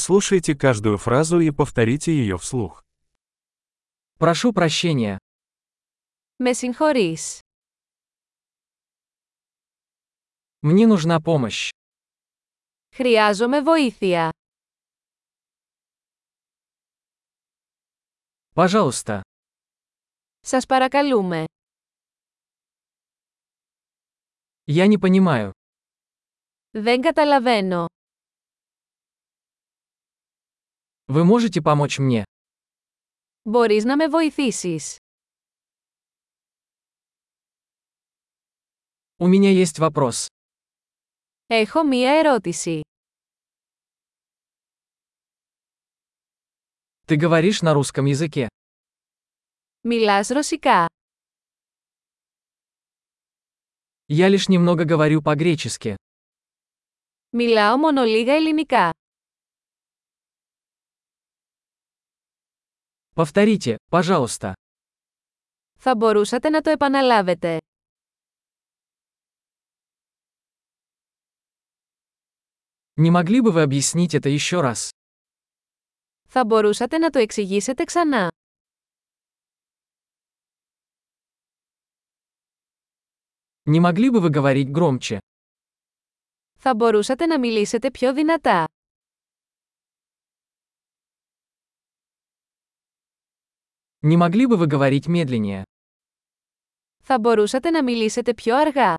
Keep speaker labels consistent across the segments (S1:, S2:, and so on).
S1: Прослушайте каждую фразу и повторите ее вслух.
S2: Прошу прощения.
S3: Με συγχωρείς.
S2: Мне нужна помощь.
S3: Χρειάζομαι βοήθεια.
S2: Пожалуйста.
S3: Σας παρακαλούμε.
S2: Я не понимаю.
S3: Δεν καταλαβαίνω.
S2: Вы можете помочь мне?
S3: Μπορείς να με βοηθήσεις.
S2: У меня есть вопрос.
S3: Έχω μία ερώτηση.
S2: Ты говоришь на русском языке.
S3: Μιλάς ρωσικά.
S2: Я лишь немного говорю по-гречески.
S3: Μιλάω μόνο λίγα ελληνικά.
S2: Повторите, пожалуйста.
S3: Θα μπορούσατε να το επαναλάβετε.
S2: Не могли бы вы объяснить это еще раз?
S3: Θα μπορούσατε να το εξηγήσετε ξανά.
S2: Не могли бы вы говорить громче?
S3: Θα μπορούσατε να μιλήσετε πιο δυνατά.
S2: Не могли бы вы говорить медленнее?
S3: Θα μπορούσατε να μιλήσετε πιο αργά.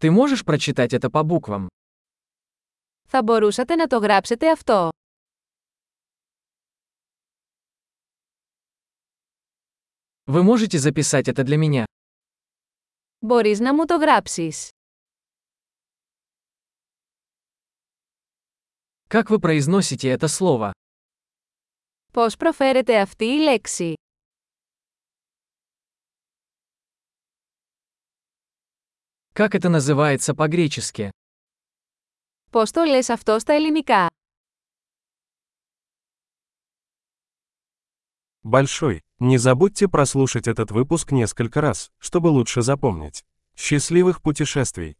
S2: Ты можешь прочитать это по буквам?
S3: Θα μπορούσατε να το γράψετε αυτό.
S2: Вы можете записать это для меня?
S3: Μπορείς να μου το γράψεις.
S2: Как вы произносите это слово?
S3: Πώς προφέρεται αυτή η λέξη.
S2: Как это называется по-гречески?
S3: Πώς το λες αυτό στα ελληνικά.
S1: Большой. Не забудьте прослушать этот выпуск несколько раз, чтобы лучше запомнить. Счастливых путешествий!